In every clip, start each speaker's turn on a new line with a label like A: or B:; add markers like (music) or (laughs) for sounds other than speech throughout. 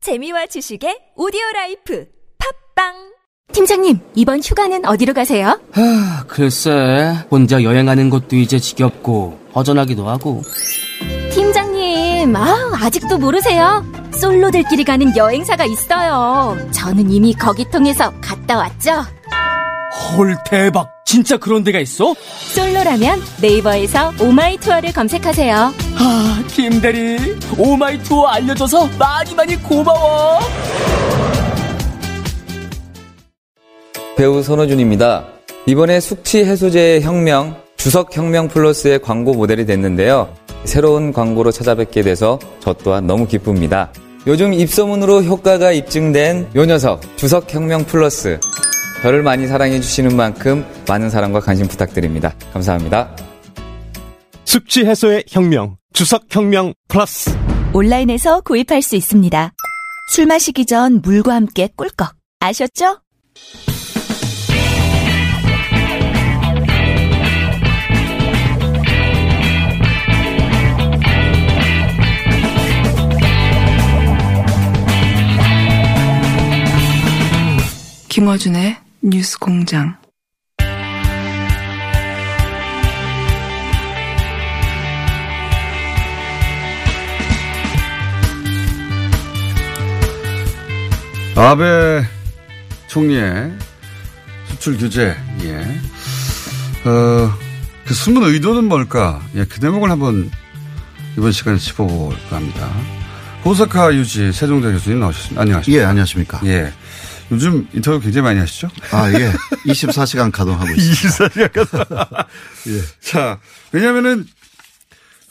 A: 재미와 지식의 오디오 라이프 팝빵
B: 팀장님, 이번 휴가는 어디로 가세요?
C: 하, 아, 글쎄, 혼자 여행하는 것도 이제 지겹고, 허전하기도 하고.
B: 팀장님, 아, 아직도 모르세요? 솔로들끼리 가는 여행사가 있어요. 저는 이미 거기 통해서 갔다 왔죠.
C: 헐, 대박! 진짜 그런 데가 있어?
B: 솔로라면 네이버에서 오마이 투어를 검색하세요.
C: 아, 김대리, 오마이 투어 알려줘서 많이 많이 고마워!
D: 배우 선호준입니다. 이번에 숙취 해소제의 혁명, 주석 혁명 플러스의 광고 모델이 됐는데요. 새로운 광고로 찾아뵙게 돼서 저 또한 너무 기쁩니다. 요즘 입소문으로 효과가 입증된 요 녀석, 주석 혁명 플러스. 저를 많이 사랑해주시는 만큼 많은 사랑과 관심 부탁드립니다. 감사합니다.
E: 숙취 해소의 혁명, 주석 혁명 플러스.
F: 온라인에서 구입할 수 있습니다. 술 마시기 전 물과 함께 꿀꺽. 아셨죠?
G: 김어준의 뉴스 공장.
H: 아베 총리의 수출 규제, 예. 어, 그 숨은 의도는 뭘까? 예, 그 대목을 한번 이번 시간에 짚어볼까 합니다. 호사카 유지 세종대 교수님 나오셨습니다. 안녕하십니까.
I: 예, 안녕하십니까.
H: 예. 요즘 인터뷰 굉장히 많이 하시죠?
I: 아, 예. 24시간
H: (laughs)
I: 가동하고 있습니다.
H: 예. 자, 왜냐면은,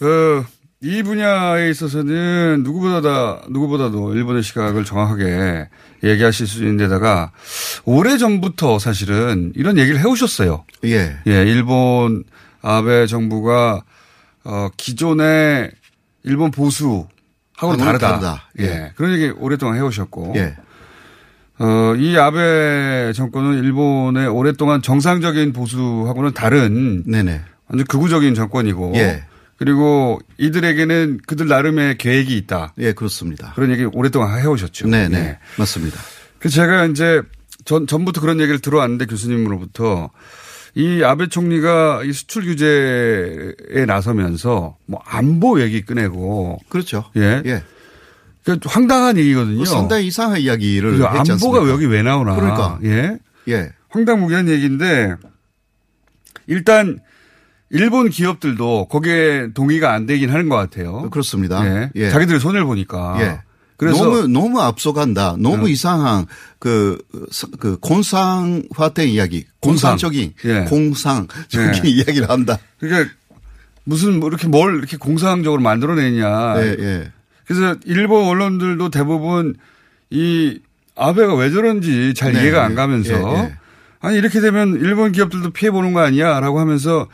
H: 어, 이 분야에 있어서는 누구보다, 다- 누구보다도 일본의 시각을 정확하게 얘기하실 수 있는 데다가 오래 전부터 사실은 이런 얘기를 해오셨어요.
I: 예.
H: 예, 일본 아베 정부가 어, 기존의 일본 보수하고는
I: 하고는
H: 다르다.
I: 다르다.
H: 예.
I: 예.
H: 그런 얘기 오랫동안 해오셨고.
I: 예.
H: 어, 이 아베 정권은 일본의 오랫동안 정상적인 보수하고는 다른
I: 네네.
H: 완전 극우적인 정권이고.
I: 예.
H: 그리고 이들에게는 그들 나름의 계획이 있다.
I: 예, 그렇습니다.
H: 그런 얘기 오랫동안 해오셨죠.
I: 네네.
H: 예.
I: 맞습니다.
H: 그 제가 이제 전, 전부터 그런 얘기를 들어왔는데 교수님으로부터 이 아베 총리가 이 수출 규제에 나서면서 뭐 안보 얘기 꺼내고
I: 그렇죠.
H: 예.
I: 예.
H: 그 황당한 얘기거든요.
I: 상당히 이상한 이야기를
H: 그죠?
I: 했지 않습니까?
H: 안보가 왜 여기 왜 나오나.
I: 그러니까.
H: 예.
I: 예.
H: 황당무계한 얘기인데 일단 일본 기업들도 거기에 동의가 안 되긴 하는 것 같아요.
I: 어, 그렇습니다.
H: 예.
I: 예.
H: 자기들이 손해를 보니까.
I: 예.
H: 그래서 어.
I: 너무 너무 앞서간다. 너무 이상한 그, 그 공상화된 이야기,
H: 공상.
I: 공산적인
H: 예.
I: 공상적인
H: 예.
I: 이야기를 한다.
H: 그러니까 무슨 뭐 이렇게 뭘 이렇게 공상적으로 만들어내냐.
I: 예, 예.
H: 그래서 일본 언론들도 대부분 이 아베가 왜 저런지 잘
I: 네,
H: 이해가 안
I: 네.
H: 가면서
I: 예, 예.
H: 아니 이렇게 되면 일본 기업들도 피해 보는 거 아니야라고 하면서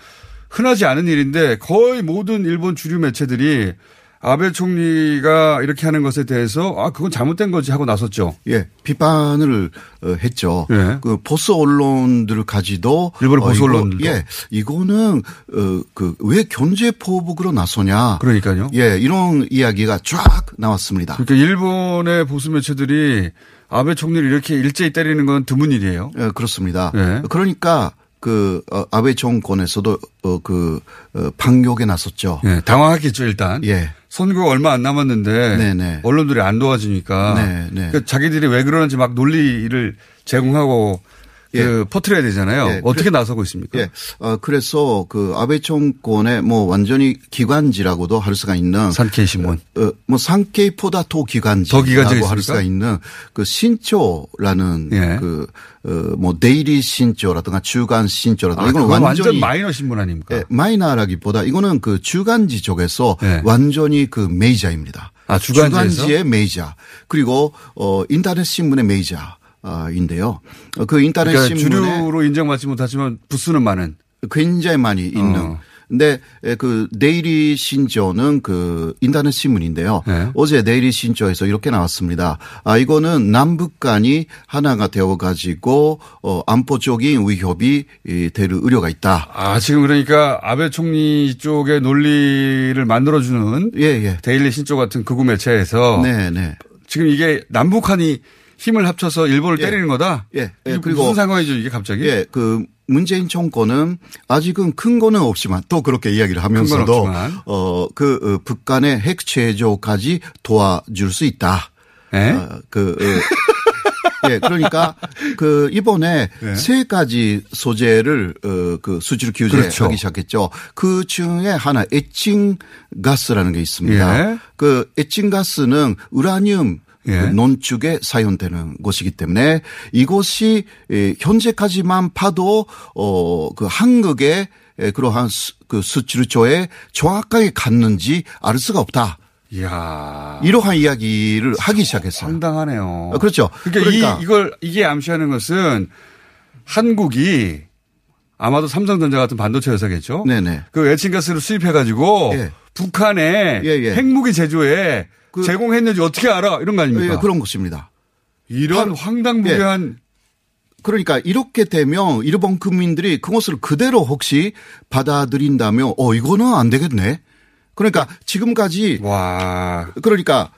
H: 흔하지 않은 일인데 거의 모든 일본 주류 매체들이 아베 총리가 이렇게 하는 것에 대해서 아 그건 잘못된 거지 하고 나섰죠.
I: 예, 비판을 어, 했죠.
H: 예.
I: 그 보수 언론들까지도
H: 일본 보수
I: 이거-
H: 언론들도.
I: 예, 이거는 어그왜 경제 포복으로 나서냐.
H: 그러니까요.
I: 예, 이런 이야기가 쫙 나왔습니다.
H: 그러니까 일본의 보수 매체들이 아베 총리를 이렇게 일제히 때리는 건 드문 일이에요.
I: 예, 그렇습니다.
H: 예.
I: 그러니까 그 어, 아베 정권에서도 어, 그 어, 반격에 나섰죠.
H: 예, 당황했겠죠 일단.
I: 예.
H: 선거가 얼마 안 남았는데
I: 네네.
H: 언론들이 안 도와주니까
I: 네, 네.
H: 그러니까 자기들이 왜 그러는지 막 논리를 제공하고 그
I: 예.
H: 퍼트려야 되잖아요.
I: 예,
H: 어떻게
I: 그래-
H: 나서고 있습니까?
I: 예, 어, 그래서 그 아베 정권의 뭐 완전히 기관지라고도 할 수가 있는
H: 산케이 신문.
I: 어, 뭐 산케이포다 더 기간지.
H: 더 기간지가
I: 할
H: 있습니까?
I: 수가 있는 그 신초라는
H: 예.
I: 그, 어, 뭐 데일리 신초라든가 주간 신초라든가
H: 아,
I: 이건
H: 그건 완전
I: 완전히
H: 마이너 신문 아닙니까?
I: 예, 마이너라기보다 이거는 그 주간지 쪽에서
H: 예.
I: 완전히 그 메이저입니다.
H: 아, 주간지에서?
I: 의 메이저. 그리고 어, 인터넷 신문의 메이저. 아, 인데요. 어, 그 인터넷
H: 그러니까
I: 신문에
H: 주류로 인정받지 못하지만 부수는 많은.
I: 굉장히 많이 있는.
H: 어.
I: 근데 에, 그 데일리 신조는 그 인터넷 신문인데요.
H: 네.
I: 어제 데일리 신조에서 이렇게 나왔습니다. 아 이거는 남북 간이 하나가 되어 가지고 어 안보적인 위협이 이, 될 우려가 있다.
H: 아 지금 그러니까 아베 총리 쪽의 논리를 만들어주는
I: 예, 예.
H: 데일리 신조 같은 극우 매체에서
I: 네, 네.
H: 지금 이게 남북한이 힘을 합쳐서 일본을
I: 예.
H: 때리는 거다.
I: 예. 예,
H: 이게
I: 그리고-
H: 무슨 상황이죠 이게 갑자기?
I: 예, 그 문재인 정권은 아직은 큰 거는 없지만 또 그렇게 이야기를
H: 건
I: 하면서도
H: 없지만.
I: 어그 어, 북한의 핵 제조까지 도와줄 수 있다.
H: 예?
I: 어, 그 어, 예, 그러니까 그 이번에
H: 네.
I: 세 가지 소재를 어그 수질 규제하기
H: 그렇죠.
I: 시작했죠. 그 중에 하나 에칭 가스라는 게 있습니다.
H: 예.
I: 그 에칭 가스는 우라늄
H: 예.
I: 그 논축에 사용되는 곳이기 때문에 이곳이 예, 현재까지만 봐도 어그 한국의 예, 그러한 수- 그 수출처에 정확하게 갔는지 알 수가 없다.
H: 이야.
I: 이러한 이야기를 하기 시작했어요.
H: 상당하네요.
I: 아, 그렇죠.
H: 그러니까,
I: 그러니까.
H: 이, 이걸 이게 암시하는 것은 한국이 아마도 삼성전자 같은 반도체 회사겠죠.
I: 네네.
H: 그 외친가스를 수입해가지고
I: 예.
H: 북한에
I: 예, 예.
H: 핵무기 제조에
I: 그-
H: 제공했는지 어떻게 알아? 이런 거 아닙니까?
I: 예, 그런 것입니다.
H: 이런
I: 바로-
H: 황당무계한
I: 그러니까 이렇게 되면 일본 국민들이 그것을 그대로 혹시 받아들인다면 어 이거는 안 되겠네. 그러니까 지금까지
H: 와
I: 그러니까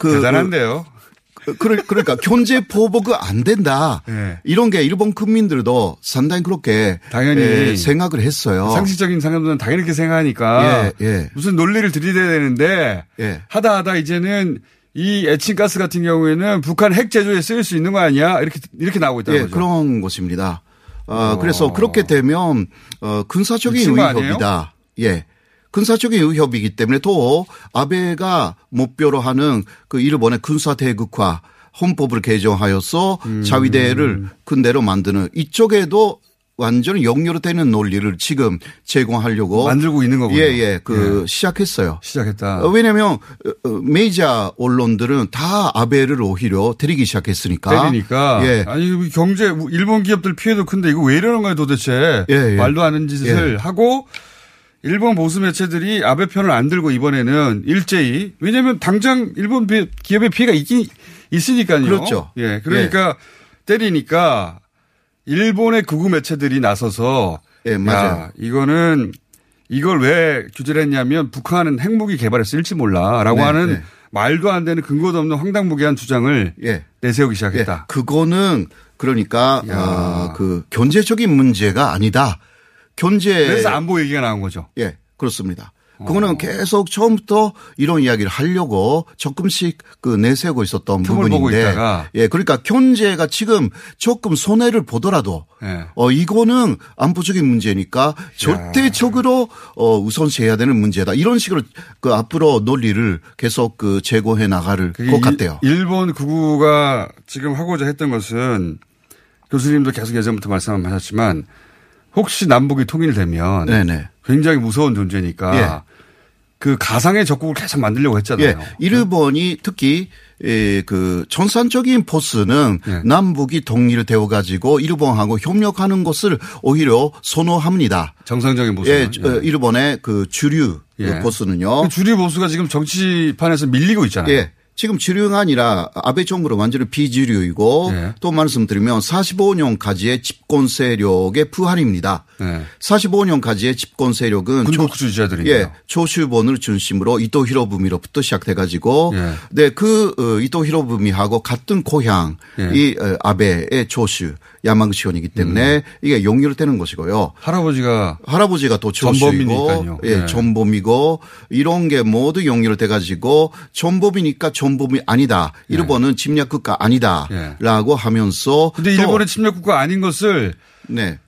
I: 그
H: 뭐. 대단한데요.
I: 그, 그러- 그러니까 경제 보복은 안 된다.
H: 예.
I: 이런 게 일본 국민들도 상당히 그렇게
H: 당연히
I: 예, 생각을 했어요.
H: 상식적인 사람들은 당연히 이렇게 생각하니까
I: 예, 예.
H: 무슨 논리를 들이대야 되는데
I: 예.
H: 하다 하다 이제는 이 에칭가스 같은 경우에는 북한 핵 제조에 쓰일 수 있는 거 아니야? 이렇게 이렇게 나오고 있다는
I: 예,
H: 거죠.
I: 그런 것입니다. 어, 그래서 그렇게 되면 어, 군사적인
H: 그 미친 거 아니에요?
I: 위협이다. 예. 군사적인 위협이기 때문에 또 아베가 목표로 하는 그 일본의 군사 대국화 헌법을 개정하여서
H: 음.
I: 자위대를 군대로 만드는 이쪽에도 완전히 연결되는 논리를 지금 제공하려고
H: 만들고 있는 거군요. 아.
I: 예, 예. 그 시작했어요.
H: 시작했다.
I: 어, 왜냐면 어, 어, 메이저 언론들은 다 아베를 오히려 때리기 시작했으니까.
H: 때리니까
I: 예.
H: 아니 이거 경제 일본 기업들 피해도 큰데 이거 왜 이러는 거야 도대체
I: 예, 예.
H: 말도 안 되는 짓을 하고 일본 보수 매체들이 아베 편을 안 들고 이번에는 일제히 왜냐하면 당장 일본 비- 기업의 피해가 있긴 있으니까요.
I: 그렇죠.
H: 예, 그러니까 때리니까 일본의 극우 매체들이 나서서
I: 예, 맞아요.
H: 야, 이거는 이걸 왜 규제를 했냐면 북한은 핵무기 개발했을지 몰라라고
I: 네,
H: 하는
I: 네.
H: 말도 안 되는 근거도 없는 황당무계한 주장을
I: 예.
H: 내세우기
I: 예,
H: 시작했다.
I: 그거는 그러니까
H: 야.
I: 아, 그 경제적인 문제가 아니다. 경제
H: 그래서 안보 어. 얘기가 나온 거죠.
I: 예 그렇습니다. 그거는 계속 처음부터 이런 이야기를 하려고 조금씩 그 내세우고 있었던
H: 틈을
I: 부분인데,
H: 보고 있다가.
I: 예, 그러니까 경제가 지금 조금 손해를 보더라도,
H: 예.
I: 어 이거는 안보적인 문제니까 절대적으로 어 우선시해야 되는 문제다. 이런 식으로 그 앞으로 논리를 계속 그 제고해 나갈
H: 그게
I: 것
H: 이-
I: 같아요.
H: 일본 구구가 지금 하고자 했던 것은 교수님도 계속 예전부터 말씀하셨지만 혹시 남북이 통일되면
I: 네네.
H: 굉장히 무서운 존재니까 그 가상의 적국을 계속 만들려고 했잖아요.
I: 예, 일본이 특히 예, 그 전산적인 포스는
H: 예.
I: 남북이 동일되어 가지고 일본하고 협력하는 것을 오히려 선호합니다.
H: 정상적인 모습.
I: 예, 저- 일본의 그 주류 그
H: 예.
I: 포스는요.
H: 주류 보수가 지금 정치판에서 밀리고 있잖아요.
I: 예. 지금 주류가 아니라 아베 정부로 완전히 비주류이고
H: 예.
I: 또 말씀드리면 45년까지의 집권 세력의 부활입니다.
H: 예.
I: 45년까지의 집권 세력은
H: 군국 주의자들이네요.
I: 예, 조슈본을 중심으로 이토 히로부미로부터 시작돼가지고,
H: 예.
I: 네, 그 어, 이토 히로부미하고 같은 고향
H: 예.
I: 이 어, 아베의 조슈 야마구시온이기 때문에
H: 음.
I: 이게 연결되는 것이고요.
H: 할아버지가
I: 할아버지가 또
H: 전범이니까요.
I: 조슈이고, 예,
H: 예.
I: 전범이고 이런 게 모두 연결돼가지고 전범이니까 전범이 아니다. 일본은 침략국가
H: 예.
I: 아니다라고 하면서
H: 네. 근데
I: 또-
H: 일본은 침략국가 아닌 것을
I: 네,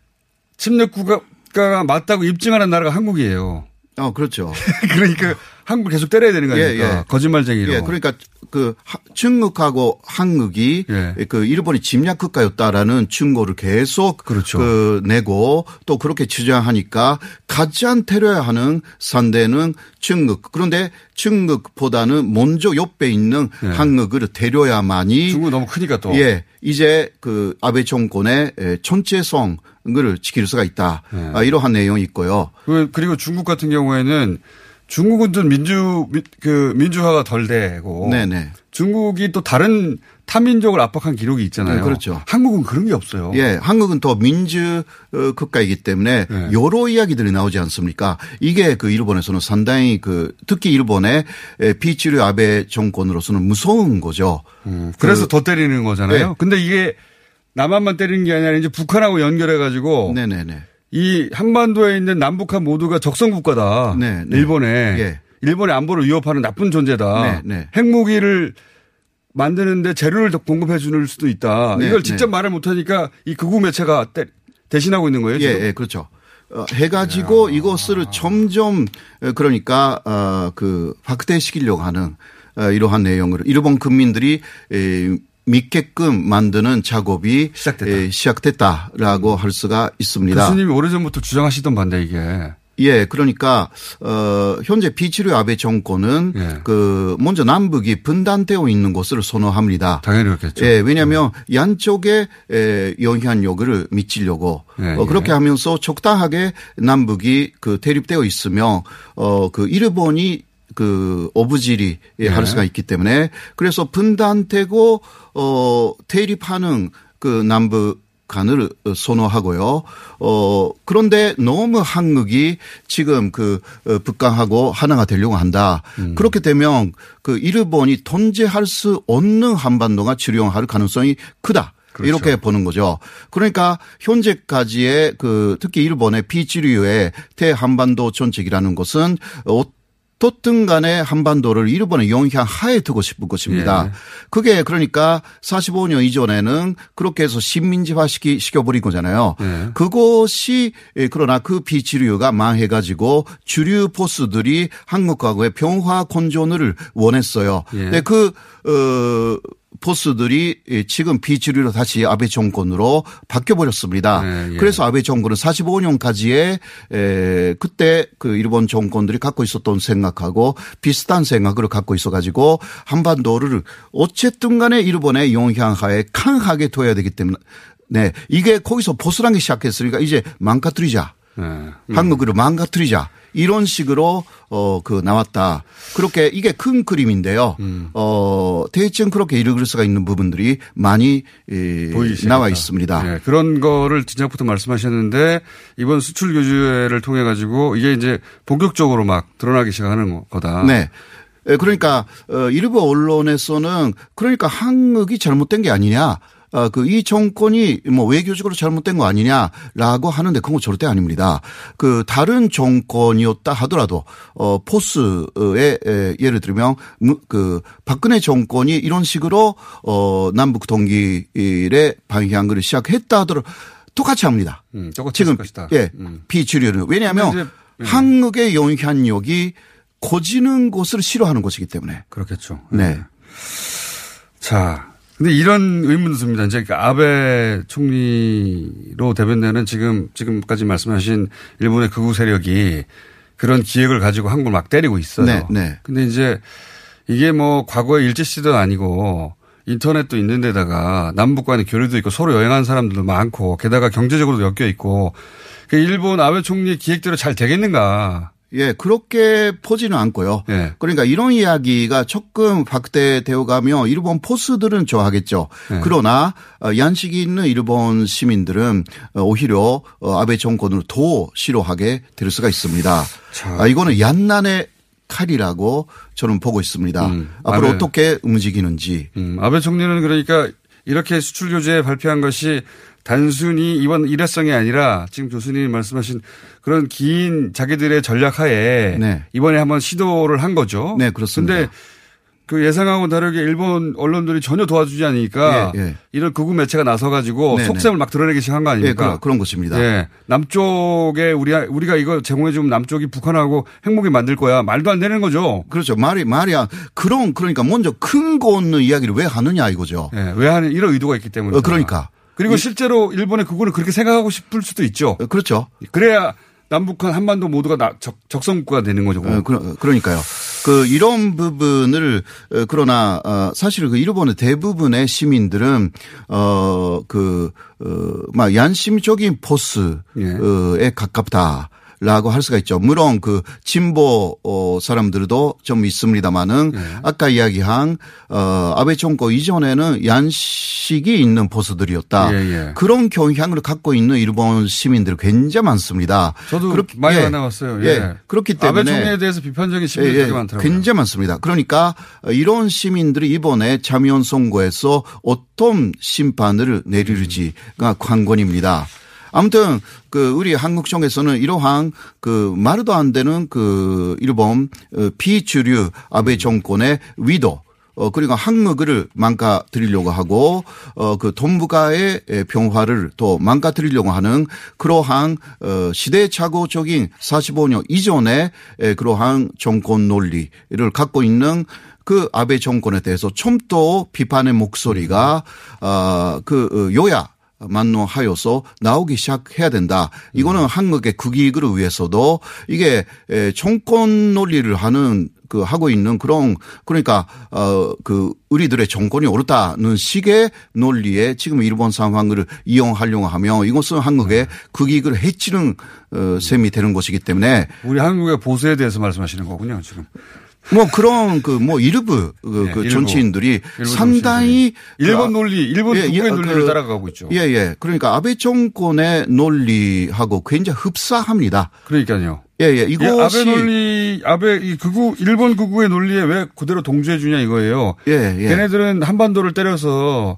H: 침략국가가 맞다고 입증하는 나라가 한국이에요.
I: 어
H: (laughs)
I: 그렇죠.
H: 그러니까 한국 계속 때려야 되는 거
I: 예,
H: 아닙니까?
I: 예.
H: 거짓말쟁이로.
I: 예, 그러니까 그 하- 중국하고 한국이
H: 예.
I: 그 일본이 침략국가였다라는 증거를 계속
H: 그렇죠.
I: 그 내고 또 그렇게 주장하니까 가장 테러야 하는 상대는 중국. 그런데 중국보다는 먼저 옆에 있는 한국을 데려야만이
H: 예. 중국 너무 크니까 또.
I: 예, 이제 그 아베 정권의 에, 전체성을
H: 예.
I: 지킬 수가 있다. 아, 이러한 내용이 있고요.
H: 그- 그리고 중국 같은 경우에는 중국은 좀 민주 민- 그 민주화가 덜 되고
I: 네네.
H: 중국이 또 다른 타민족을 압박한 기록이 있잖아요.
I: 네, 그렇죠.
H: 한국은 그런 게 없어요.
I: 예, 한국은 더 민주 어, 국가이기 때문에
H: 네.
I: 여러 이야기들이 나오지 않습니까? 이게 그 일본에서는 상당히 그 특히 일본의 에, 비치류 아베 정권으로서는 무서운 거죠.
H: 음, 그래서 더 때리는 거잖아요.
I: 네.
H: 근데 이게 남한만 때리는 게 아니라 이제 북한하고 연결해 가지고
I: 네네네.
H: 이 한반도에 있는 남북한 모두가 적성 국가다.
I: 네, 네.
H: 일본에
I: 예.
H: 일본의 안보를 위협하는 나쁜 존재다.
I: 네, 네.
H: 핵무기를 만드는데 재료를 더 공급해 줄 수도 있다.
I: 네,
H: 이걸 직접
I: 네.
H: 말을 못 하니까 이 극우 매체가 때- 대신하고 있는 거예요.
I: 예,
H: 지금?
I: 예, 그렇죠. 어, 해가지고 이것을 점점 어, 그러니까 어, 그 확대시키려고 하는 어, 이러한 내용으로 일본 국민들이 에, 믿게끔 만드는 작업이
H: 시작됐다. 음.
I: 에, 시작됐다라고 할 수가 있습니다.
H: 교수님이 오래전부터 주장하시던 반대 이게.
I: 예, 그러니까 어 현재 비치류 아베 정권은
H: 예.
I: 그 먼저 남북이 분단되어 있는 것을 선호합니다.
H: 당연히 그렇겠죠.
I: 예, 왜냐하면 양쪽에 에, 영향력을 미치려고
H: 예,
I: 어, 그렇게
H: 예.
I: 하면서 적당하게 남북이 그 대립되어 있으며 어그 일본이 그 어부질이 예, 할 수가 있기 때문에 그래서 분단되고 어 대립하는 그 남북 간을 선호하고요. 어 그런데 너무 한국이 지금 그 어, 북한하고 하나가 되려고 한다. 그렇게 되면 그 일본이 통제할 수 없는 한반도가 치료할 가능성이 크다. 이렇게 보는 거죠. 그러니까 현재까지의 그 특히 일본의 비치류의 대한반도 전책이라는 것은 어떻든 간에 한반도를 일본의 영향 하에 두고 싶은 것입니다. 그게 그러니까 45년 이전에는 그렇게 해서 식민지화 시키, 시켜버린 거잖아요. 그것이 예, 그러나 그 비치류가 망해가지고 주류 포스들이 한국과의 평화 건전을 원했어요.
H: 예.
I: 근데 그, 어, 포스들이 이 지금 비주류로 다시 아베 정권으로 바뀌어버렸습니다.
H: 예, 예.
I: 그래서 아베 정권은 45년까지의 에, 그때 그 일본 정권들이 갖고 있었던 생각하고 비슷한 생각을 갖고 있어가지고 한반도를 어쨌든 간에 일본의 영향하에 강하게 둬야 되기 때문에 네 이게 거기서 보수라는 게 시작했으니까 이제 망가뜨리자.
H: 예.
I: 음. 한국으로 망가뜨리자. 이런 식으로 어 그 나왔다. 그렇게 이게 큰 그림인데요.
H: 음.
I: 어 대충 그렇게 읽을 수가 있는 부분들이 많이 이,
H: 보이시겠다.
I: 나와 있습니다.
H: 예, 그런 거를 진작부터 말씀하셨는데 이번 수출 규제를 통해 가지고 이게 이제 본격적으로 막 드러나기 시작하는 거- 거다.
I: 네. 에, 그러니까 어, 일부 언론에서는 그러니까 한국이 잘못된 게 아니냐. 어, 그이 정권이 뭐 외교적으로 잘못된 거 아니냐라고 하는데 그건 절대 아닙니다. 그 다른 정권이었다 하더라도 어 포스의 에, 예를 들면 무- 그 박근혜 정권이 이런 식으로 어 남북 동기의 방향을 시작했다 하더라도 똑같이 합니다.
H: 음, 똑같이
I: 지금
H: 했을 것이다.
I: 예
H: 음.
I: 비주류는 왜냐하면
H: 근데 이제, 예.
I: 한국의 영향력이 고지는 것을 싫어하는 것이기 때문에
H: 그렇겠죠.
I: 네
H: 자, 근데 이런 의문도 듭니다. 이제 그 아베 총리로 대변되는 지금, 지금까지 말씀하신 일본의 극우 세력이 그런 기획을 가지고 한국을 막 때리고 있어요.
I: 네, 네.
H: 근데 이제 이게 뭐 과거의 일제시대도 아니고 인터넷도 있는 데다가 남북 간의 교류도 있고 서로 여행하는 사람들도 많고 게다가 경제적으로도 엮여 있고 그 일본 아베 총리의 기획대로 잘 되겠는가.
I: 예, 그렇게 보지는 않고요.
H: 예.
I: 그러니까 이런 이야기가 조금 확대되어 가며 일본 포스들은 좋아하겠죠.
H: 예.
I: 그러나 어, 양식이 있는 일본 시민들은 어, 오히려 어, 아베 정권을 더 싫어하게 될 수가 있습니다. 아, 이거는 얀난의 칼이라고 저는 보고 있습니다. 앞으로
H: 음. 아베.
I: 어떻게 움직이는지.
H: 음, 아베 총리는 그러니까 이렇게 수출 규제 발표한 것이 단순히 이번 일회성이 아니라 지금 교수님이 말씀하신 그런 긴 자기들의 전략하에
I: 네.
H: 이번에 한번 시도를 한 거죠.
I: 네, 그렇습니다.
H: 근데 그 예상하고 다르게 일본 언론들이 전혀 도와주지 않으니까
I: 예, 예.
H: 이런 극우 매체가 나서 가지고
I: 네,
H: 속셈을 막 드러내기 시작한 거
I: 예,
H: 아닙니까?
I: 그런, 그런 것입니다.
H: 예. 남쪽에 우리 우리가 이거 제공해 주면 남쪽이 북한하고 핵무기 만들 거야. 말도 안 되는 거죠.
I: 그렇죠. 말이, 말이, 안- 그런, 그러니까 먼저 큰 거 없는 이야기를 왜 하느냐 이거죠.
H: 예, 왜 하는 이런 의도가 있기 때문에.
I: 어, 네, 그러니까.
H: 그리고 실제로 일본의 그거를 그렇게 생각하고 싶을 수도 있죠.
I: 어, 그렇죠.
H: 그래야 남북한 한반도 모두가 나- 적, 적성국가가 되는 거죠.
I: 어, 그러, 그러니까요. 그 이런 부분을 어, 그러나 어, 사실 그 일본의 대부분의 시민들은 어, 어그막 얀심적인 포스에
H: 예.
I: 가깝다. 라고 할 수가 있죠. 물론 그 진보 어, 사람들도 좀
H: 예.
I: 있습니다만은 아까 이야기한 어, 아베 정부 이전에는 양식이 있는 보수들이었다.
H: 예, 예.
I: 그런 경향을 갖고 있는 일본 시민들 굉장히 많습니다.
H: 저도
I: 그렇-
H: 많이
I: 예.
H: 만나봤어요. 예.
I: 그렇기
H: 아베
I: 때문에 예,
H: 총리에 대해서 비판적인 시민들이 되게 많더라고요.
I: 굉장히 많습니다. 그러니까 이런 시민들이 이번에 참여원 선거에서 어떤 심판을
H: 음.
I: 내리는지가 관건입니다. 아무튼 그 우리 한국 정에서는 이러한 그 말도 안 되는 그 일본 어, 비주류
H: 음.
I: 아베 정권의 위도 어 그리고 한국을 망가뜨리려고 하고 어그 동북아의 변화를 또 망가뜨리려고 하는 그러한 어 시대착오적인 45년 이전의 에, 예, 그러한 정권 논리를 갖고 있는 그 아베 정권에 대해서 좀더 비판의 목소리가 아그 어, 요야 만노하여서 나오기 시작해야 된다.
H: 음.
I: 이거는 한국의 국익을 위해서도 이게 에, 정권 논리를 하는 그 하고 있는 그런 그러니까 어그 우리들의 정권이 옳다는 식의 논리에 지금 일본 상황을 이용하려고 하며 이것은
H: 네.
I: 한국의 국익을 해치는
H: 음.
I: 어, 셈이 되는 것이기 때문에
H: 우리 한국의 보수에 대해서 말씀하시는 거군요, 지금.
I: 뭐 그런 그 뭐 일부 그,
H: 예,
I: 그
H: 일부.
I: 정치인들이
H: 일본
I: 상당히
H: 정치인들이. 일본
I: 그
H: 논리, 일본 국의 논리를 따라가고 있죠.
I: 예, 예. 그러니까 아베 정권의 논리하고 굉장히 흡사합니다.
H: 그러니까요.
I: 예, 예.
H: 예,
I: 이것이
H: 아베 논리, 아베 이 극우 일본 극우의 논리에 왜 그대로 동조해 주냐 이거예요.
I: 예, 예.
H: 걔네들은 한반도를 때려서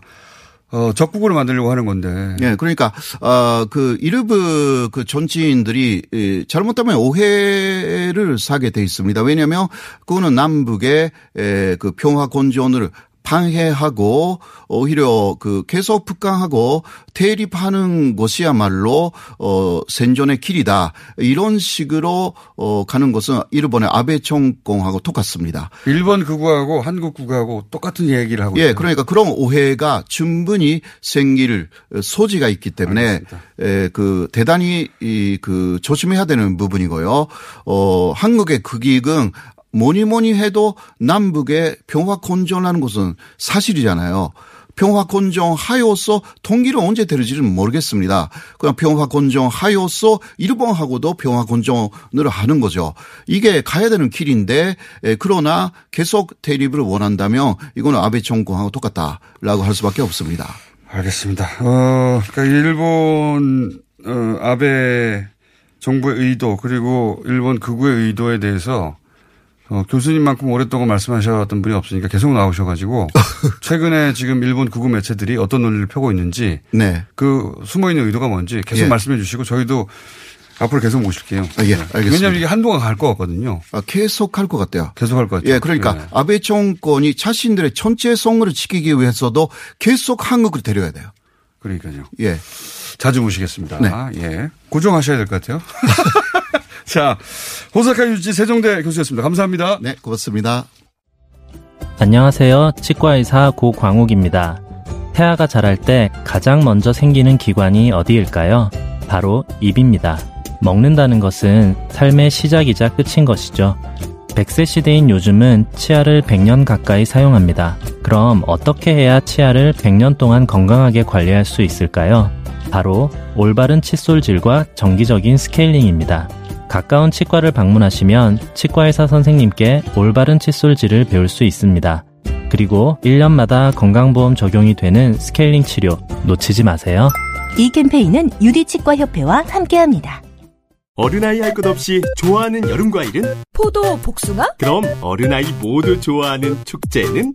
H: 어, 적국으로 만들려고 하는 건데.
I: 예, 그러니까 어그 일부 그 정치인들이 이, 잘못하면 오해를 사게 돼 있습니다. 왜냐하면 그거는 남북의 에, 그 평화 건전을 방해하고 오히려 그 계속 북한하고 대립하는 것이야말로 어 생존의 길이다 이런 식으로 어 가는 것은 일본의 아베 정권하고 똑같습니다.
H: 일본 극우하고 한국 극우하고 똑같은 얘기를 하고
I: 예,
H: 있어요.
I: 그러니까 그런 오해가 충분히 생길 소지가 있기 때문에 에, 그 대단히 이그 조심해야 되는 부분이고요. 어, 한국의 극익은 뭐니 뭐니 해도 남북의 평화 건전하는 것은 사실이잖아요. 평화 건전 하여서 통일은 언제 되는지는 모르겠습니다. 그냥 평화 건전 하여서 일본하고도 평화 건전을 하는 거죠. 이게 가야 되는 길인데 에, 그러나 계속 대립을 원한다면 이거는 아베 정권하고 똑같다라고 할 수밖에 없습니다.
H: 알겠습니다. 어, 그러니까 일본 어, 아베 정부의 의도 그리고 일본 극우의 의도에 대해서 어, 교수님만큼 오랫동안 말씀하셨던 분이 없으니까 계속
I: (laughs)
H: 나오셔가지고 최근에 지금 일본 극우 매체들이 어떤 논리를 펴고 있는지
I: 네.
H: 그 숨어 있는 의도가 뭔지 계속
I: 예.
H: 말씀해 주시고 저희도 앞으로 계속 모실게요.
I: 아, 예, 알겠습니다.
H: 왜냐하면 이게 한동안 갈 것 같거든요.
I: 아, 계속 할 것 같아요.
H: 계속 할 것 같아요.
J: 그렇죠.
I: 예, 그러니까
J: 네.
H: 예.
I: 아베 정권이 자신들의 천재성을 지키기 위해서도 계속 한국을 데려야 돼요.
H: 그러니까요.
I: 예.
H: 자주 모시겠습니다. 예. 고정하셔야 될 것 같아요. (laughs) 자, 호사카 유지 세종대 교수였습니다. 감사합니다.
I: 네, 고맙습니다.
K: 안녕하세요. 치과의사 고광욱입니다. 태아가 자랄 때 가장 먼저 생기는 기관이 어디일까요? 바로 입입니다. 먹는다는 것은 삶의 시작이자 끝인 것이죠. 100세 시대인 요즘은 치아를 100년 가까이 사용합니다. 그럼 어떻게 해야 치아를 100년 동안 건강하게 관리할 수 있을까요? 바로 올바른 칫솔질과 정기적인 스케일링입니다. 가까운 치과를 방문하시면 치과의사 선생님께 올바른 칫솔질을 배울 수 있습니다. 그리고 1년마다 건강보험 적용이 되는 스케일링 치료 놓치지 마세요.
F: 이 캠페인은 유디치과협회와 함께합니다.
L: 어른아이 할 것 없이 좋아하는 여름 과일은?
A: 포도 복숭아,
L: 그럼 어른아이 모두 좋아하는 축제는?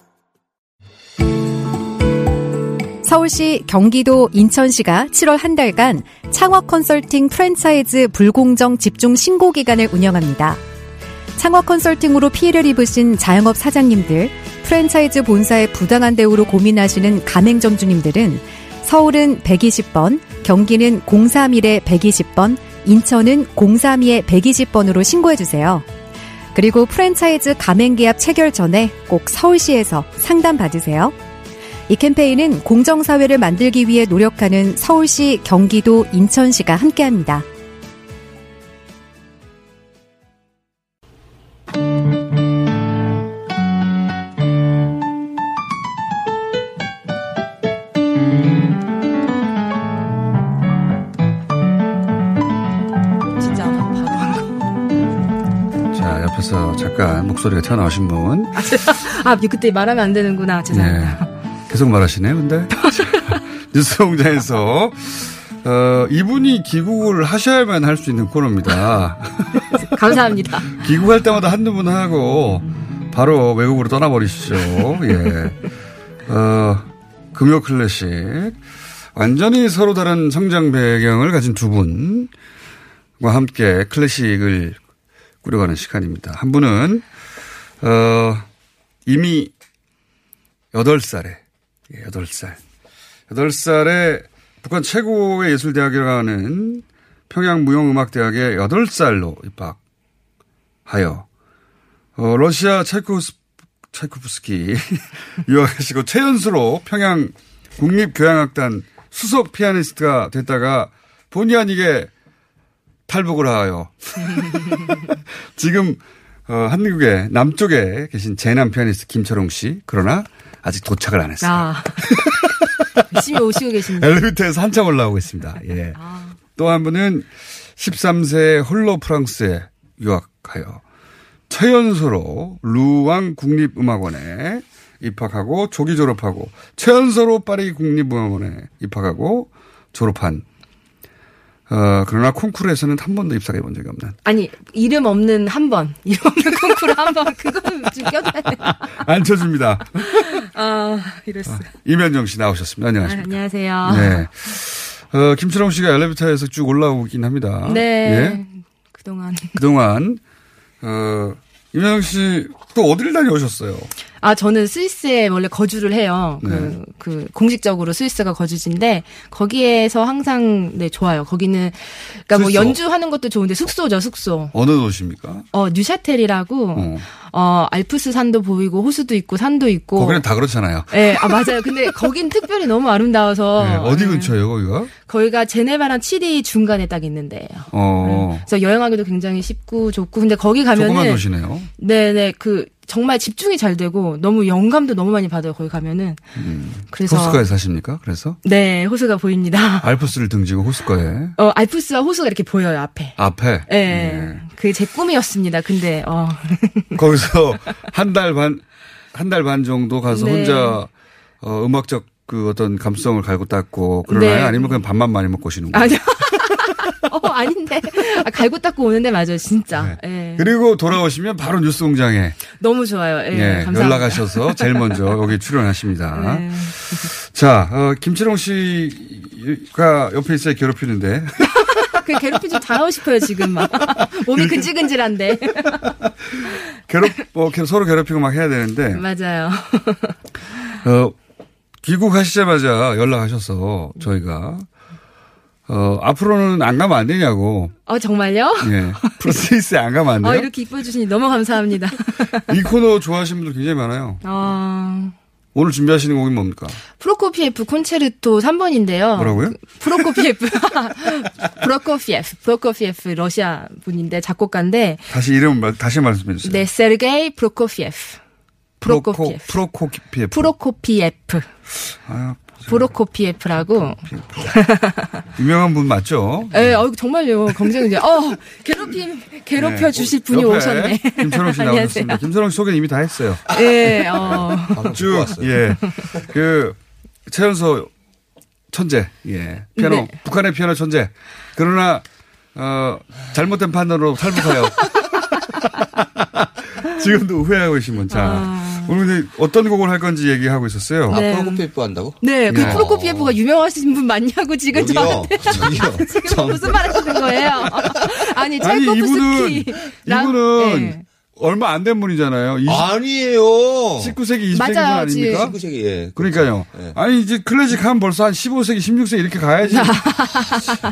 B: 서울시, 경기도, 인천시가 7월 한 달간 창업 컨설팅 프랜차이즈 불공정 집중 신고 기간을 운영합니다. 창업 컨설팅으로 피해를 입으신 자영업 사장님들, 프랜차이즈 본사의 부당한 대우로 고민하시는 가맹점 주님들은 서울은 120번, 경기는 031에 120번, 인천은 032에 120번으로 신고해 주세요. 그리고 프랜차이즈 가맹계약 체결 전에 꼭 서울시에서 상담 받으세요. 이 캠페인은 공정사회를 만들기 위해 노력하는 서울시, 경기도, 인천시가 함께합니다.
H: 네. 자, 옆에서 잠깐 목소리가 튀어나오신 분.
M: 아, 그때 말하면 안 되는구나. 죄송합니다.
H: 네. 계속 말하시네, 근데. 뉴스 공장에서, 어, 이분이 기국을 하셔야만 할 수 있는 코너입니다.
B: 네.
M: 감사합니다.
H: 기국할 때마다 한두 분 하고, 바로 외국으로 떠나버리시죠. 예. 어, 금요 클래식. 완전히 서로 다른 성장 배경을 가진 두 분과 함께 클래식을 꾸려가는 시간입니다. 한 분은, 어, 이미 8살에, 8살. 8살에 북한 최고의 예술대학이라는 평양무용음악대학에 8살로 입학하여, 어, 러시아 차이코스, 차이코프스키 (laughs) 유학하시고 최연수로 평양 국립교향악단 수석 피아니스트가 됐다가 본의 아니게 탈북을 하여 (laughs) 지금 어, 한국의 남쪽에 계신 재난 피아니스트 김철웅 씨 그러나 아직 도착을 안 했어요.
M: 아. (laughs) 열심히 오시고 계십니다.
H: 엘리베이터에서 한참 올라오고 있습니다. 예.
M: 아.
H: 또한 분은 13세 홀로 프랑스에 유학하여 최연소로 루왕 국립음악원에 입학하고 조기 졸업하고 최연소로 파리 국립음악원에 입학하고 졸업한 어, 그러나 콩쿠르에서는 한 번도 입상해 본 적이 없는.
M: 아니, 이름 없는 한 번. (laughs) 이름 없는 콩쿠르 한 번. 그거는 좀 껴줘야 돼.
H: 안 쳐줍니다. (laughs)
M: 아, 이랬어.
H: 이면정 씨
M: 아,
H: 나오셨습니다. 안녕하십니까.
M: 안녕하세요.
H: 네. 어, 김철웅 씨가 엘리베이터에서 쭉 올라오긴 합니다. 예.
M: 네. 그동안.
H: 그동안, 어, 이면정 씨 또 어디를 다녀오셨어요?
M: 아, 저는 스위스에 원래 거주를 해요. 그,
H: 네.
M: 그, 공식적으로 스위스가 거주지인데, 거기에서 항상, 네, 좋아요. 거기는, 그니까 뭐
H: 숙소.
M: 연주하는 것도 좋은데, 숙소죠, 숙소.
H: 어느 도시입니까?
M: 어, 뉴샤텔이라고,
H: 어.
M: 어, 알프스 산도 보이고, 호수도 있고, 산도 있고.
H: 거기는 다 그렇잖아요.
M: 네, 아, 맞아요. 근데 거긴 특별히 너무 아름다워서.
H: 네, 어디 근처예요, 거기가?
M: 거기가 제네바랑 치리 중간에 딱 있는데요.
H: 어.
M: 그래서 여행하기도 굉장히 쉽고 좋고 근데 거기
H: 조그만
M: 가면은
H: 도시네요.
M: 네네 그 정말 집중이 잘 되고 너무 영감도 너무 많이 받아요 거기 가면은
H: 음.
M: 그래서-
H: 호숫가에 사십니까? 그래서?
M: 네 호수가 보입니다. (laughs)
H: 알프스를 등지고 호숫가에.
M: 어 알프스와 호수가 이렇게 보여요 앞에.
H: 앞에.
M: 예.
H: 네. 음.
M: 그게 제 꿈이었습니다. 근데 어
H: 거기서 (laughs) 한 달 반, 한 달 반 정도 가서
M: 네.
H: 혼자 어, 음악적 그 어떤 감성을 갈고 닦고 그러나요?
M: 네.
H: 아니면 그냥 밥만 많이 먹고 오시는 거예요?
M: 아니요. (laughs) 어 아닌데 아, 갈고 닦고 오는데 맞아요 진짜. 예.
H: 그리고 돌아오시면 바로 뉴스 공장에
M: 너무 좋아요. 예.
H: 예,
M: 감사합니다.
H: 연락하셔서 제일 먼저 여기 출연하십니다.
M: 네.
H: 자, 어, 김치롱 씨가 옆에 있어야 괴롭히는데 (laughs)
M: 그 괴롭히 좀 당하고 싶어요 지금 막 (laughs) 몸이 근질근질한데
H: 괴롭 뭐 이렇게 서로 괴롭히고 막 해야 되는데
M: 맞아요.
H: 어, 귀국하시자마자 연락하셔서 저희가 어, 앞으로는 안 가면 안 되냐고.
M: 어 정말요?
H: 예. (laughs) 프로세이스에 안 가면 안 돼요?
M: 어, 이렇게 이뻐해 주시니 너무 감사합니다.
H: 이 코너 좋아하시는 분들 굉장히 많아요.
M: 어,
H: 오늘 준비하시는 곡이 뭡니까?
M: 프로코피에프 콘체르토 3번인데요.
H: 뭐라고요?
M: 프로코피에프. (laughs) 프로코피에프. 프로코피에프 러시아 분인데 작곡가인데
H: 다시 이름 말- 다시 말씀해 주세요.
M: 네, 세르게이 프로코피에프.
H: 프로코 프로코피에프.
M: 프로코피에프.
H: 아,
M: 프로코피에프라고.
H: 유명한 분 맞죠?
M: 예, 네, 어, 정말요. 검증 이제 어, 괴롭힘 괴롭혀
H: 네.
M: 주실 분이
H: 옆에
M: 오셨네. (laughs)
H: 김철웅 씨
M: 안녕하세요.
H: 나오셨습니다. 김철웅 씨 소개는 이미 다 했어요.
M: 예, 어.
H: (laughs) 쭉, 예. 그, 최연소 천재, 예. 피아노,
M: 네.
H: 북한의 피아노 천재. 그러나, 어, 잘못된 판단으로 탈북하여. (laughs) 지금도 후회하고 계신 분. 자, 오늘 근데 어떤 곡을 할 건지 얘기하고 있었어요. 예.
M: 아, 네. 프로코피에프
J: 한다고?
M: 네, 그 프로코피에프가 유명하신 분 맞냐고 지금 저한테 지금 무슨 말 하시는 거예요? 아니,
H: 아니, 이분은,
M: 차이코프스키랑
H: 이분은
M: 네.
H: 얼마 안 된 분이잖아요. 이십-
J: 아니에요.
H: 19세기, 20세기 분
M: 맞아요, 지금.
H: 아닙니까?
J: 19세기, 예.
H: 그러니까요. 아니, 이제 클래식 하면 벌써 한 15세기, 16세기 이렇게 가야지.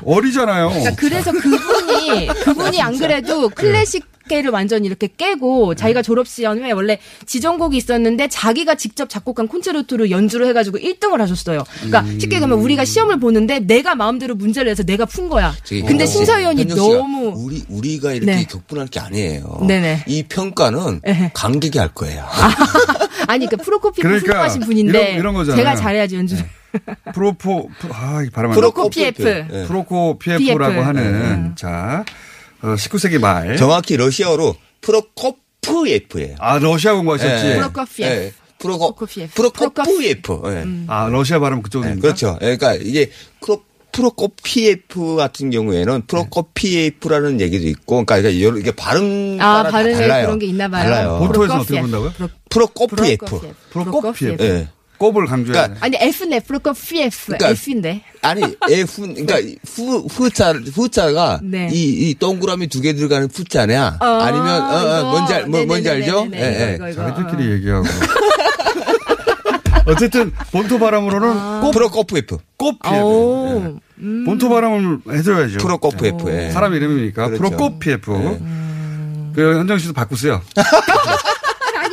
H: 어리잖아요.
J: 예.
M: 그러니까 그래서 그분이 그분이 안 그래도 클래식 학계를 완전히 이렇게 깨고 자기가 졸업시험 에 원래 지정곡이 있었는데 자기가 직접 작곡한 콘체르토를 연주를 해가지고 1등을 하셨어요. 그러니까
J: 음.
M: 쉽게 얘기하면 우리가 시험을 보는데 내가 마음대로 문제를 해서 내가 푼 거야.
J: 저기
M: 근데
J: 현정 씨,
M: 심사위원이
J: 현정 씨가
M: 너무
J: 우리 우리가 이렇게
M: 네.
J: 격분할 게 아니에요.
M: 네네.
J: 이 평가는
M: 에헤.
J: 관객이 할 거예요.
M: (laughs) 아니 그러니까 프로코피프
J: 그러니까
M: 수상하신 분인데
H: 이런- 이런 거잖아요.
M: 제가 잘해야지 연주를.
J: 예.
H: 프로포 프로- 아, 이 발음 안
M: 프로코피에프.
H: 나오네.
M: 예.
H: 프로코피에프라고
M: PF.
H: 하는
M: 예.
H: 자 어, 19세기 말
J: 정확히 러시아어로 프로코프예프예요.
H: 아 러시아 공부하셨지.
J: 예.
M: 프로코피에프.
J: 예. 프로코 프로코프예프. 예.
H: 아 러시아 발음 그쪽으로
J: 그렇죠. 예, 그러니까 이게 프로 프로코피에프 같은 경우에는 프로코피에프라는 얘기도 있고, 그러니까 이게 여러- 이게 발음
M: 아
J: 따라 다
M: 발음에
J: 달라요.
M: 그런 게 있나 봐요.
J: 달라요.
H: 본토에서는 어떻게 본다고요?
J: 프로코피에프.
M: 프로코피에프.
H: 꼽을 강조해. 그
M: 아니 F네 프로코피에프
J: 그러니까-
M: F인데.
J: 아니, F, 그러니까, 후, 후자, 후자가,
M: 네.
J: 이, 이 동그라미 두 개 들어가는 후자냐,
M: 어,
J: 아니면, 어, 어,
M: 이거.
J: 뭔지, 알, 뭐,
M: 네네네네네.
J: 뭔지 알죠? 예,
M: 이거, 이거, 이거.
H: 자기들끼리 얘기하고. 어쨌든 본토 발음으로는 꼽
J: 프로코프 F.
H: 꼽
M: 아.
H: 예.
M: 오.
H: 본토 발음을 해줘야죠.
J: 프로코프 F. 예.
H: 사람 이름이니까
J: 그렇죠. 예.
H: 프로코피에프. 그 현정 씨도
M: (laughs)
H: 바꾸세요.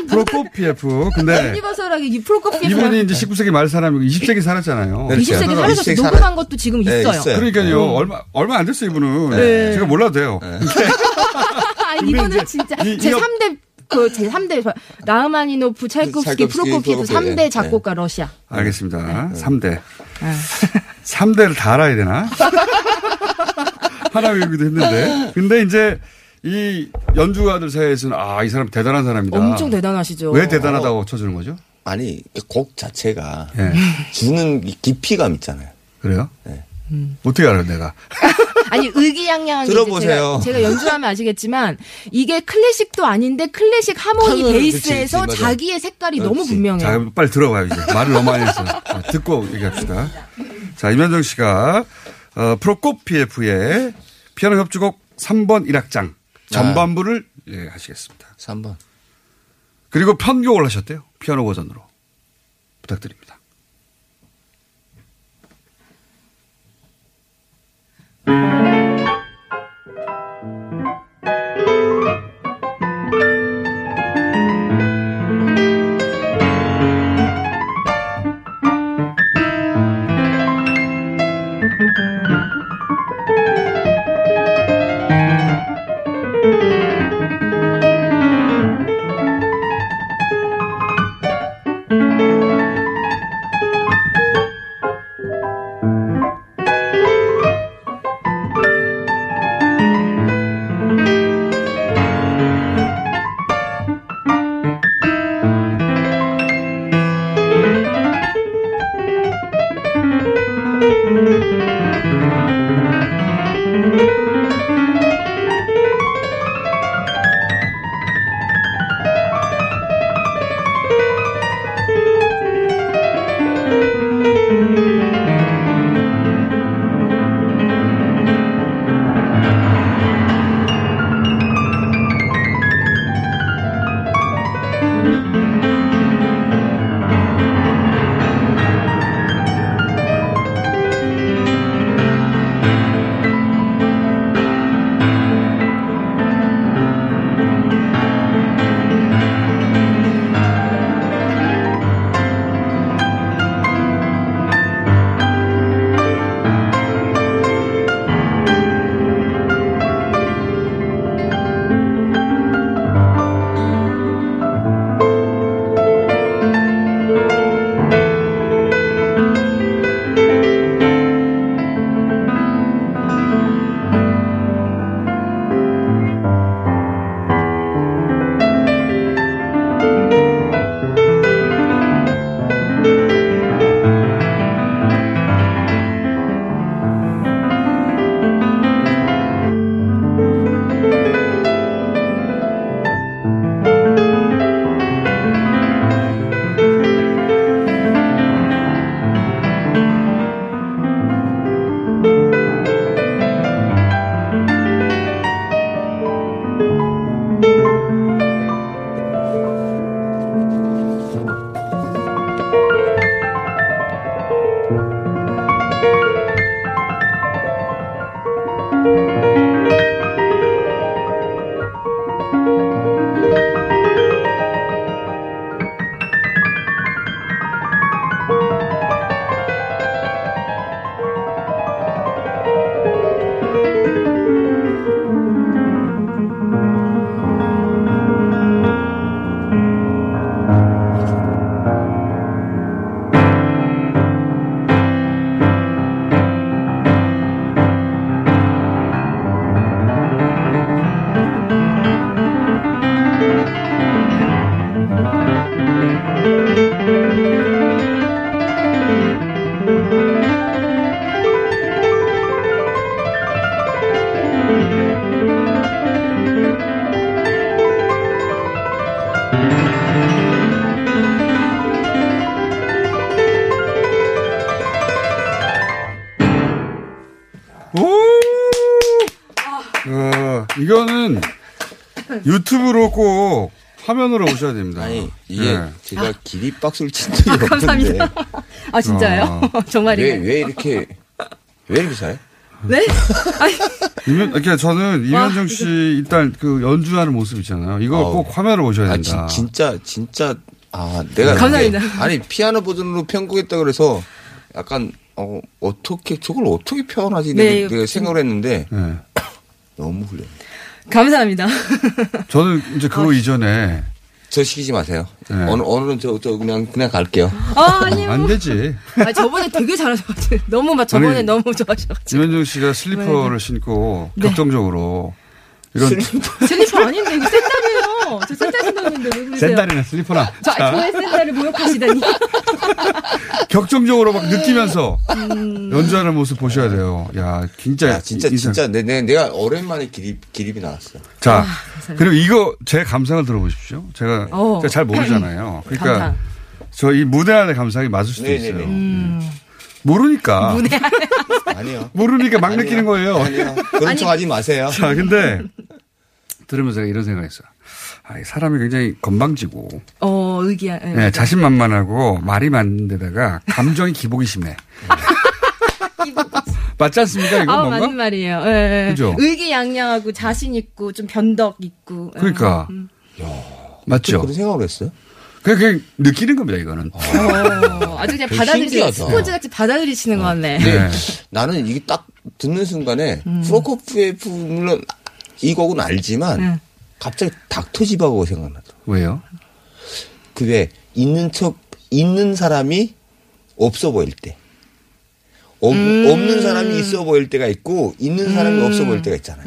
H: 프로코피에프. 근데
M: 유니버설하게 이 프로코피에프.
H: 이분이 이제 19세기 말 사람이고 20세기 살았잖아요.
J: 그렇죠.
M: 20세기 살아서 녹음한 것도 지금
H: 네,
M: 있어요.
H: 있어요. 그러니까요.
J: 예.
H: 얼마 얼마 안 됐어요, 이분은.
M: 네.
H: 제가 몰라도 돼요.
M: 아, 이거는 진짜
H: 이-
M: 제
H: 이거-
M: 3대 그 제 3대 저- 라흐마니노프, 차이코프스키,
H: 차이코프스키,
M: 프로코피에프
H: 프로코피에프,
M: 3대
H: 네.
M: 작곡가 러시아.
J: 예.
H: 알겠습니다. 삼 3대.
M: 예.
H: 3대를 다
M: (laughs)
H: 알아야 되나? 하나 외우기도 했는데. 근데 이제 이 연주가들 사이에서는 아, 이 사람 대단한 사람이다.
M: 엄청 (laughs) 대단하시죠.
H: 왜 대단하다고 쳐주는 거죠?
J: 아니, 곡 자체가,
H: 예.
J: 주는 이 깊이감 있잖아요.
H: 그래요?
J: 예.
H: 어떻게 알아요, 내가?
M: 아니 의기양양한 게
J: 들어보세요.
M: 이제 제가, 제가 연주하면 아시겠지만 이게 클래식도 아닌데 클래식 하모니
H: 하모니,
M: 베이스에서
H: 그치, 그치, 맞아.
M: 자기의 색깔이 너무 분명해요.
H: 자, 빨리 들어봐요, 이제. 말을 너무 많이 했어. 자, 듣고 얘기합시다. 자, 이면정 씨가, 어, 프로코피에프의 피아노 협주곡 3번 1악장 전반부를 예, 하시겠습니다.
J: 네. 3번.
H: 그리고 편곡을 하셨대요. 피아노 버전으로. 부탁드립니다.
N: 음.
H: 어, 이거는 유튜브로 꼭 화면으로 오셔야 됩니다. 네. 아니,
J: 이게 제가 기립박수를 친 적이 없는데.
M: 아. 감사합니다. 아 진짜요?
J: 어.
M: (laughs)
J: 왜,
M: 정말이에요?
J: 왜 이렇게, 왜 이렇게 사요?
M: 네?
H: 이면, 그러니까 저는
M: 와,
H: 이면정 씨 일단 그 연주하는 모습 있잖아요. 이거
J: 아우.
H: 꼭 화면을 보셔야
J: 아,
H: 된다.
J: 진- 진짜, 진짜, 아, 내가.
M: 감사합니다.
J: 이게- 아니, 피아노 버전으로 편곡했다 그래서 약간, 어, 어떻게, 저걸 어떻게 표현하지?
M: 네,
J: 내가, 내가 생각을 했는데.
H: 네.
J: 너무 훌륭해.
M: 감사합니다.
H: 저는 이제
M: 아,
H: 그거 이전에.
J: 저 시키지 마세요. 오늘, 오늘은 저, 저 그냥, 그냥 갈게요.
M: 아 아니요. (laughs)
H: 안 되지.
M: 아 저번에 되게 잘하셔가지고 너무 막 저번에
H: 아니,
M: 너무 좋아하셔가지고
H: 이면정 씨가 슬리퍼를 신고
M: 네.
H: 격정적으로 이런
M: 슬리퍼 아닌데 이거 센다네요. 저 센다 신었는데 왜 그러세요? (laughs)
H: 센다리나 슬리퍼나
M: 저
H: 자,
M: 저의 센다를 (laughs) 모욕하시다니.
H: 격정적으로 막 느끼면서
M: 음.
H: 연주하는 모습 보셔야 돼요. 야 진짜
J: 야, 진짜,
H: 인상-
J: 진짜. 내, 내, 내가 오랜만에 기립, 기립이 나왔어.
M: 아,
H: 자 그리고 이거 제 감상을 들어보십시오. 제가,
J: 어.
H: 제가 잘
M: (laughs)
H: 모르잖아요. 그러니까
J: 감상.
H: 저 이 무대 안의 감상이 맞을 수도
J: 네네네.
H: 있어요. 음.
M: 음.
H: 모르니까
J: 아니요.
H: 모르니까 막 느끼는 거예요.
J: 그런 척 하지 마세요.
H: 자, 근데 들으면서 제가 이런 생각했어요. 아, 이 사람이 굉장히 건방지고
M: 어 의기야.
H: 예, 자신만만하고 말이 많은 데다가 감정이 기복이 심해. 맞지 않습니까? 이건
M: 아
H: 뭔가?
M: 맞는 말이에요. 예, 예.
H: 그죠?
M: 의기양양하고 자신 있고 좀 변덕 있고. 예.
H: 그러니까. 맞죠?
J: 그런 생각을 했어요?
H: 그냥, 그냥 느끼는 겁니다, 이거는.
M: 어, 아주 그냥
N: 그러니까.
J: 되게
M: 받아들이
J: 신기하다.
M: 스포츠 같이 받아들이시는 것 같네.
J: 근데 나는 이게 딱 듣는 순간에 프로코프의 물론 이 곡은 알지만 갑자기 닥터지바고 생각나더라고.
H: 왜요?
J: 그게 있는 척 있는 사람이 없어 보일 때. 없, 없는 사람이 있어 보일 때가 있고 있는 사람이 없어 보일 때가 있잖아요.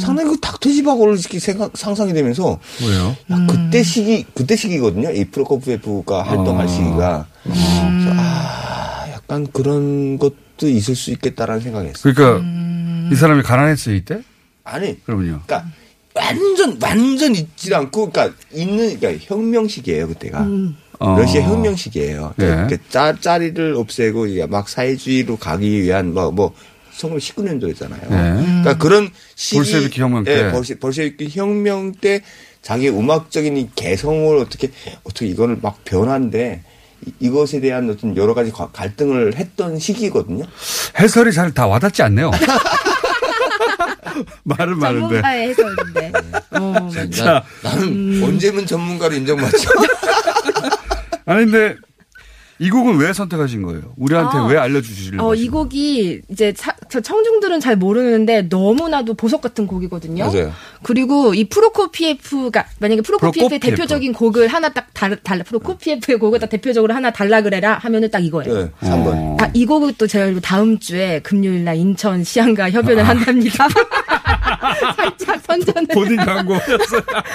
J: 상당히 그 닥터지바고를 이렇게 생각 상상이 되면서
H: 왜요?
J: 야, 그때 시기 그때 시기거든요. 이 프로코프예프가 활동할 시기가 그래서 아 약간 그런 것도 있을 수 있겠다라는
M: 네.
J: 생각했어요.
H: 그러니까
M: 음.
H: 이 사람이 가난했어요, 이때?
J: 아니
H: 그럼요.
J: 그러니까 완전 완전 있지 않고 그러니까 있는 그러니까 혁명 시기예요 그때가
H: 어.
J: 러시아 혁명 시기예요.
H: 예.
J: 그러니까 짜, 짜리를 없애고 이제 막 사회주의로 가기 위한 뭐 뭐 1919년도였잖아요.
M: 음.
H: 예.
N: 음.
J: 그러니까 그런 시기
H: 볼셰비키 혁명 때.
J: 예, 볼셰, 볼셰비키 혁명 때 자기 음악적인 이 개성을 어떻게 어떻게 이거를 막 변한데 이- 이것에 대한 어떤 여러 가지 과- 갈등을 했던 시기거든요.
H: 해설이 잘 다 와닿지 않네요.
M: (laughs)
H: 말은 많은데.
M: 전문가의 해설인데. 어.
H: 자.
J: 나, 는 언제면 전문가로 인정받죠.
H: 아니, 근데 이 곡은 왜 선택하신 거예요? 우리한테
M: 아.
H: 왜 알려주시려고?
M: 어, 이 곡이 이제 차- 저 청중들은 잘 모르는데 너무나도 보석 같은 곡이거든요.
H: 맞아요.
M: 그리고 이 프로코피에프가 그러니까 만약에 프로코피에프의
H: 프로코피에프.
M: 대표적인 곡을 하나 딱 달라, 달라 프로코피에프의 곡을 딱 대표적으로 하나 달라 그래라 하면은 딱 이거예요.
J: 네, 3번.
M: 아, 이 곡을 또 제가 다음 주에 금요일 날 인천 시안가
H: 아.
M: 협연을 한답니다. (laughs) 살짝 선전을.
H: 본인
M: (laughs)
H: 광고였어요.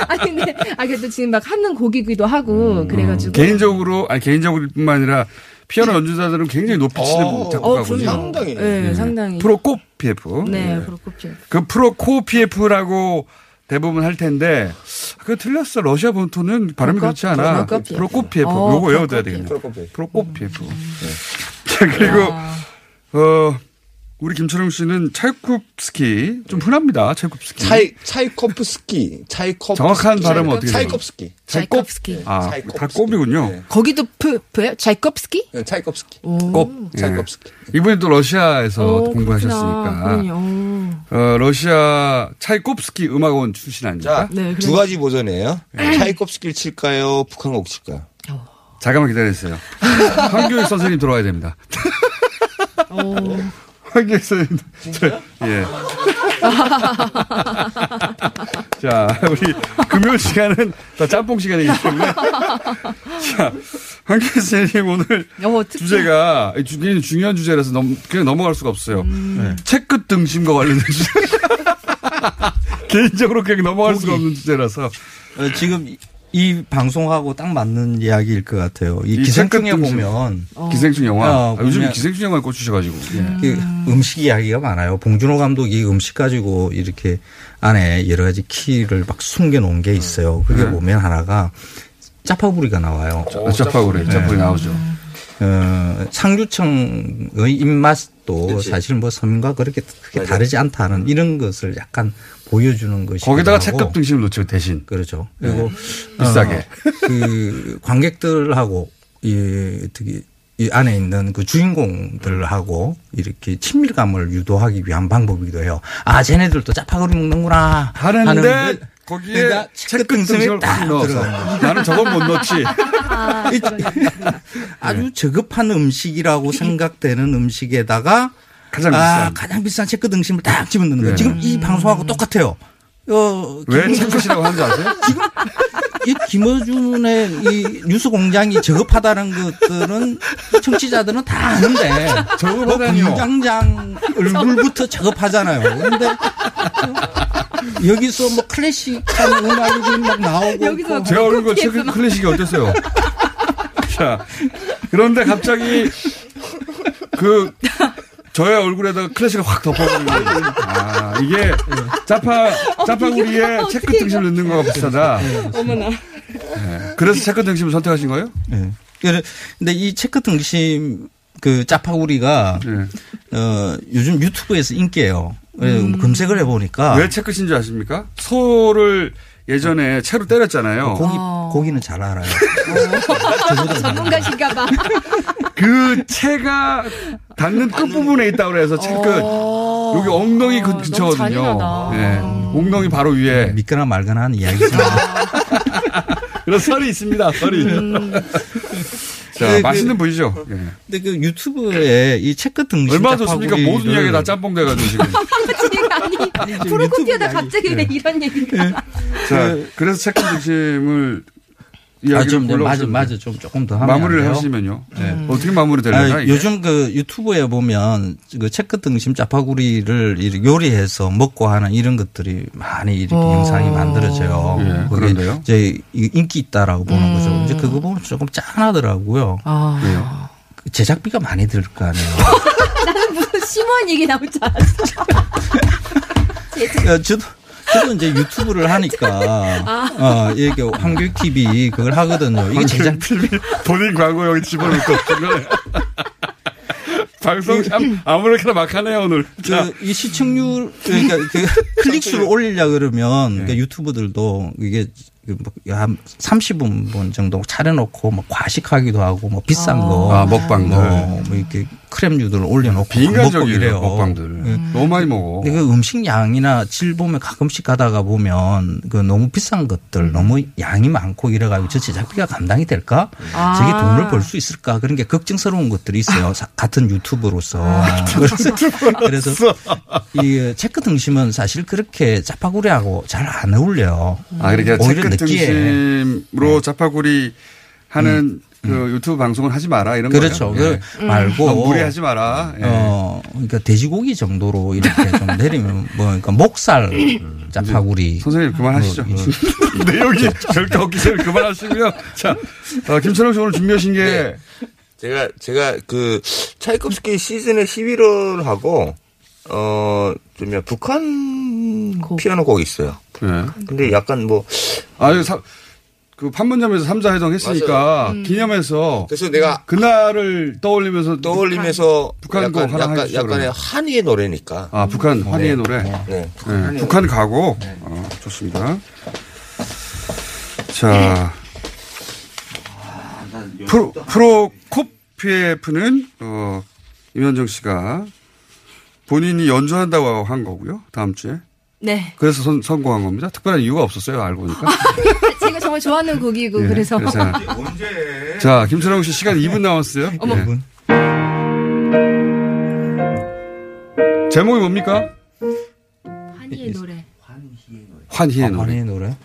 M: 아니, 근데, 아, 그래도 지금 막 하는 곡이기도 하고,
H: 음.
M: 그래가지고.
H: 개인적으로 아니 개인적으로 뿐만 아니라 피아노 연주자들은 굉장히
J: 어.
H: 높이
M: 어,
H: 치는 작곡가거든요.
J: 상당히.
M: 네, 상당히.
H: 프로코 PF.
M: 네, 프로코피에프.
H: 그 프로코 PF라고 대부분 할 텐데 아, 그거 틀렸어. 러시아 본토는 발음이 그렇지 않아.
M: 프로코피에프.
H: 프로코 PF.
M: 어,
H: 요거 외워둬야 되겠네. 프로코 PF. 자, 그리고 어 우리 김철웅 씨는 차이콥스키
M: 네.
H: 좀 흔합니다. 차이콥스키.
J: 차이 차이코프스키 차이코
H: 정확한 발음은 어떻게 돼요?
J: 차이콥스키
M: 차이콥스키. 네.
H: 아, 다 꼽이군요.
M: 거기도 프, 프예요? 차이콥스키?
J: 네, 차이콥스키.
H: 꼽.
J: 차이콥스키.
H: 예. 이분이 또 러시아에서
M: 어,
H: 공부하셨으니까.
M: 그렇구나. 그러니까. 그럼요.
H: 어, 러시아 차이콥스키 음악원 출신 아닙니까?
M: 네, 그래요.
J: 두 가지 버전이에요.
M: 음.
J: 차이콥스키를 칠까요? 북한곡 칠까요?
H: 잠깐만 기다리세요. 황교익 선생님 들어와야 됩니다. 황교익 선생님. 저- (laughs) 예. 자, 우리 금요 시간은 다 짬뽕 시간이기 때문에. (laughs) 자, 황교익 선생님 오늘
M: 어, 특-
H: 주제가 주- 굉장히 중요한 주제라서 넘, 그냥 넘어갈 수가 없어요. 네. 채끝 등심과 관련된 주제. (laughs) 개인적으로 그냥 넘어갈 수가 없는 주제라서.
N: 어, 지금 이- 이 방송하고 딱 맞는 이야기일 것 같아요. 이
H: 이
N: 기생충에
H: 책급 등심.
N: 보면
H: 기생충 영화.
N: 어,
H: 아, 요즘
N: 보면-
H: 기생충 음. 영화를 꽂히셔가지고.
N: 그 음식 이야기가 많아요. 봉준호 감독이 음식 가지고 이렇게 안에 여러 가지 키를 막 숨겨놓은 게
H: 네.
N: 있어요. 그게 보면 하나가 짜파구리가 네. 음. 나와요.
H: 그렇죠. 아, 짜파구리, 짜파구리 나오죠.
N: 어, 상류층의 입맛도 사실 뭐 서민과 그렇게 크게
H: 맞아요.
N: 다르지 않다는 이런 것을 약간 보여주는 것이
H: 거기다가 책값 등심을 놓죠 대신
N: 그렇죠 그리고
H: 네. 비싸게.
N: 어,
H: (laughs)
N: 그 관객들하고 이 특히 이 안에 있는 그 주인공들하고 이렇게 친밀감을 유도하기 위한 방법이기도 해요. 아, 쟤네들도 짜파구리 먹는구나 하는
H: 하는데
N: 걸
H: 거기에
N: 내가
H: 책값
N: 등심을
H: 등심을
N: 딱
H: 딱 넣어서
N: 들어가는 거야.
H: 나는 저걸 못 넣지.
N: 이- 아주 저급한 음식이라고 생각되는 음식에다가
H: 가장 비싼.
N: 아, 가장 비싼 체크 등심을 딱 집어넣는 거예요.
H: 네.
N: 지금 이 방송하고 똑같아요. 어,
H: 왜
N: 김-
H: 책값이라고 하는지 아세요?
N: 이 김어준의 이 뉴스 공장이 저급하다는 것들은 청취자들은 다 아는데 뭐
H: 저급하다니요.
N: 공장장 얼굴부터 저급하잖아요. 근데 여기서 뭐 클래식한 음악이 지금 막 나오고 있고.
M: 아,
H: 제 얼굴과 최근 클래식이 어땠어요? (laughs) 자, 그런데 갑자기 그 저의 얼굴에다가 클래식을 확 덮어버리는 거예요. 아, 이게 짜파, 짜파구리에
M: 어, 어떻게
H: 체크 등심 을 넣는 거가 비싸다.
M: 어머나.
H: 네. 그래서 체크 등심을 선택하신 거예요?
N: 네. 근데 이 체크 등심 그 짜파구리가
H: 네.
N: 어, 요즘 유튜브에서 인기예요. 그래서
H: 음.
N: 검색을 해보니까
H: 왜 체크신 줄 아십니까? 소를 예전에 채로 때렸잖아요.
N: 고기,
H: 어.
N: 고기는 잘 알아요.
M: 전문가신가 봐.
H: 그 채가 닿는 끝부분에 있다고 그래서 채끝. 여기 엉덩이 그 근처거든요.
N: 어. 아, 잔인하다.
H: 네. 엉덩이 바로 위에.
N: 믿거나 말거나 하는 이야기.
H: (laughs) 그런 설이 있습니다, 설이.
N: 음.
H: 자,
N: 네,
H: 맛있는
N: 그-
H: 분이죠. 예.
N: 근데 그 유튜브에 이 체크 등심
H: 얼마나 좋습니까? 모든 이야기 다 짬뽕
N: (laughs)
H: 돼가지고 지금.
N: 그
M: 아니, 프로코피아다 갑자기 예. 왜 이런 얘기가.
H: 자, 그래서 체크 중심을
N: 아,
H: 이야기를
N: 좀, 좀, 맞아,
H: 골라오셨는데.
N: 맞아, 좀, 조금 더 하면.
H: 마무리를
N: 안 돼요? 네.
H: 하시면요. 어떻게 마무리 되려나,
N: 아,
H: 이게?
N: 요즘 그 유튜브에 보면 그 체크 등심 짜파구리를 이렇게 요리해서 먹고 하는 이런 것들이 많이 이렇게
H: 어.
N: 영상이 만들어져요.
H: 예,
N: 그게
H: 그런데요?
N: 이제 이- 인기 있다라고 보는 거죠. 이제 그거 보면 조금 짠하더라고요. 그 제작비가 많이 들 거 아니에요.
M: 나는 무슨 심원 얘기 나올 줄 알았어.
N: 야, 그러니까 저도, 저도 이제 유튜브를 하니까, 어, 이렇게 황교 TV 그걸 하거든요. 이게 제작
H: (laughs) 본인 광고 여기 집어넣고.
N: (laughs)
H: 방송 참 아무렇게나 막 하네요, 오늘. 자,
N: 그, 이 시청률, 그러니까 그 클릭수를 올리려 그러면 그러니까 유튜브들도 이게 그뭐 한 30분 정도 차려놓고 뭐 과식하기도 하고 뭐 비싼 거,
H: 아, 먹방들.
N: 뭐, 뭐 이렇게 크랩류들 올려놓고 먹고
H: 비인간적이에요,
N: 이래요.
H: 먹방들.
J: 네.
N: 예.
H: 너무 많이 먹어.
N: 근데 그 음식 양이나 질 보면 가끔씩 가다가 보면 그 너무 비싼 것들 너무 양이 많고 이래가지고 저 제작비가 감당이 될까?
O: 아.
N: 저게 돈을 벌 수 있을까? 그런 게 걱정스러운 것들이 있어요. 사- 같은 유튜브로서.
J: 아,
N: (laughs) 그래서, 그래서 이 체크 등심은 사실 그렇게 짜파구리하고 잘 안 음. 어울려요.
H: 아, 그러니까
N: 오히려
H: 체크
N: 느끼해. 네.
H: 등심으로 자파구리 하는 그 유튜브 방송을 하지 마라, 이런
N: 음. 그렇죠.
H: 거예요. 어,
N: 그 말고
H: 아, 너무 무리하지 마라. 예.
N: 어, 그러니까 돼지고기 정도로 이렇게 좀 내리면 뭐 그러니까 목살 짜파구리. 어,
H: 선생님 그만하시죠. (laughs) 내용이 절대 없기 때문에 그만하시고요. 자, 어, 김철영 씨 오늘 준비하신 게
J: 제가 제가 그 차이콥스키 시즌의 11월하고 어 좀야 북한 피아노 곡이 있어요. 근데 약간 뭐
H: 예. 아유 사, 그 판문점에서 삼자 회동했으니까
J: 맞아요. 음.
H: 기념해서
J: 그래서 내가
H: 그날을 떠올리면서
J: 떠올리면서
H: 북한 곡
J: 약간,
H: 하나
J: 약간,
H: 해주시죠,
J: 약간의
H: 그러면.
J: 한의의 노래니까.
H: 아 북한
N: 음.
H: 환희의 노래.
J: 네. 북한
H: 네,
J: 환희의
H: 북한
J: 노래.
H: 가고 어, 좋습니다. 자 프로 프로코피에프는 어, 임현정 씨가 본인이 연주한다고 한 거고요. 다음 주에.
M: 네.
H: 그래서 선, 성공한 겁니다. 특별한 이유가 없었어요. 알고 보니까.
M: 제가 정말 좋아하는 곡이고,
H: 예,
M: 아, 그래서.
H: 그래서 자, 김철영 씨 시간 2분 남았어요.
M: 어머.
H: 예. 제목이 뭡니까?
M: 한이의 노래.
H: 아, 환희의 노래.
N: 환희의 노래.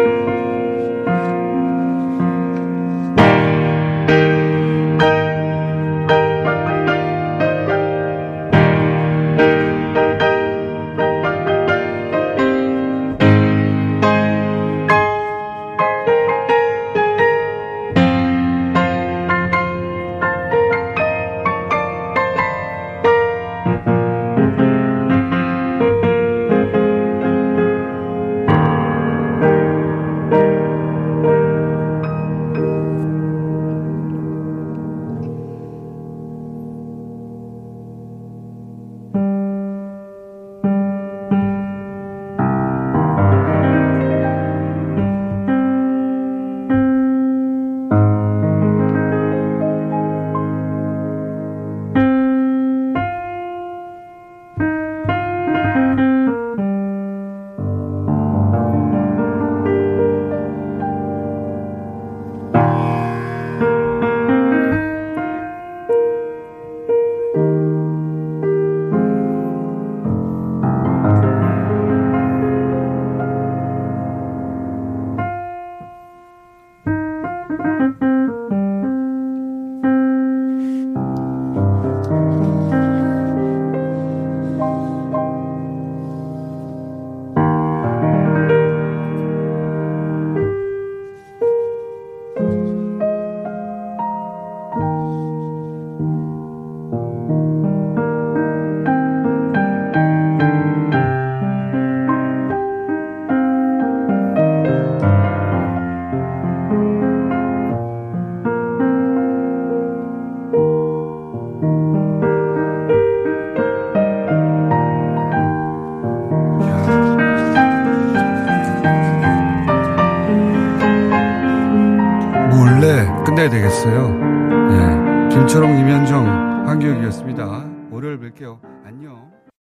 P: 아
H: 몰래 끝내야 네. 되겠어요. 예. 김철웅, 이면정, 한기혁이었습니다. 월요일 뵐게요.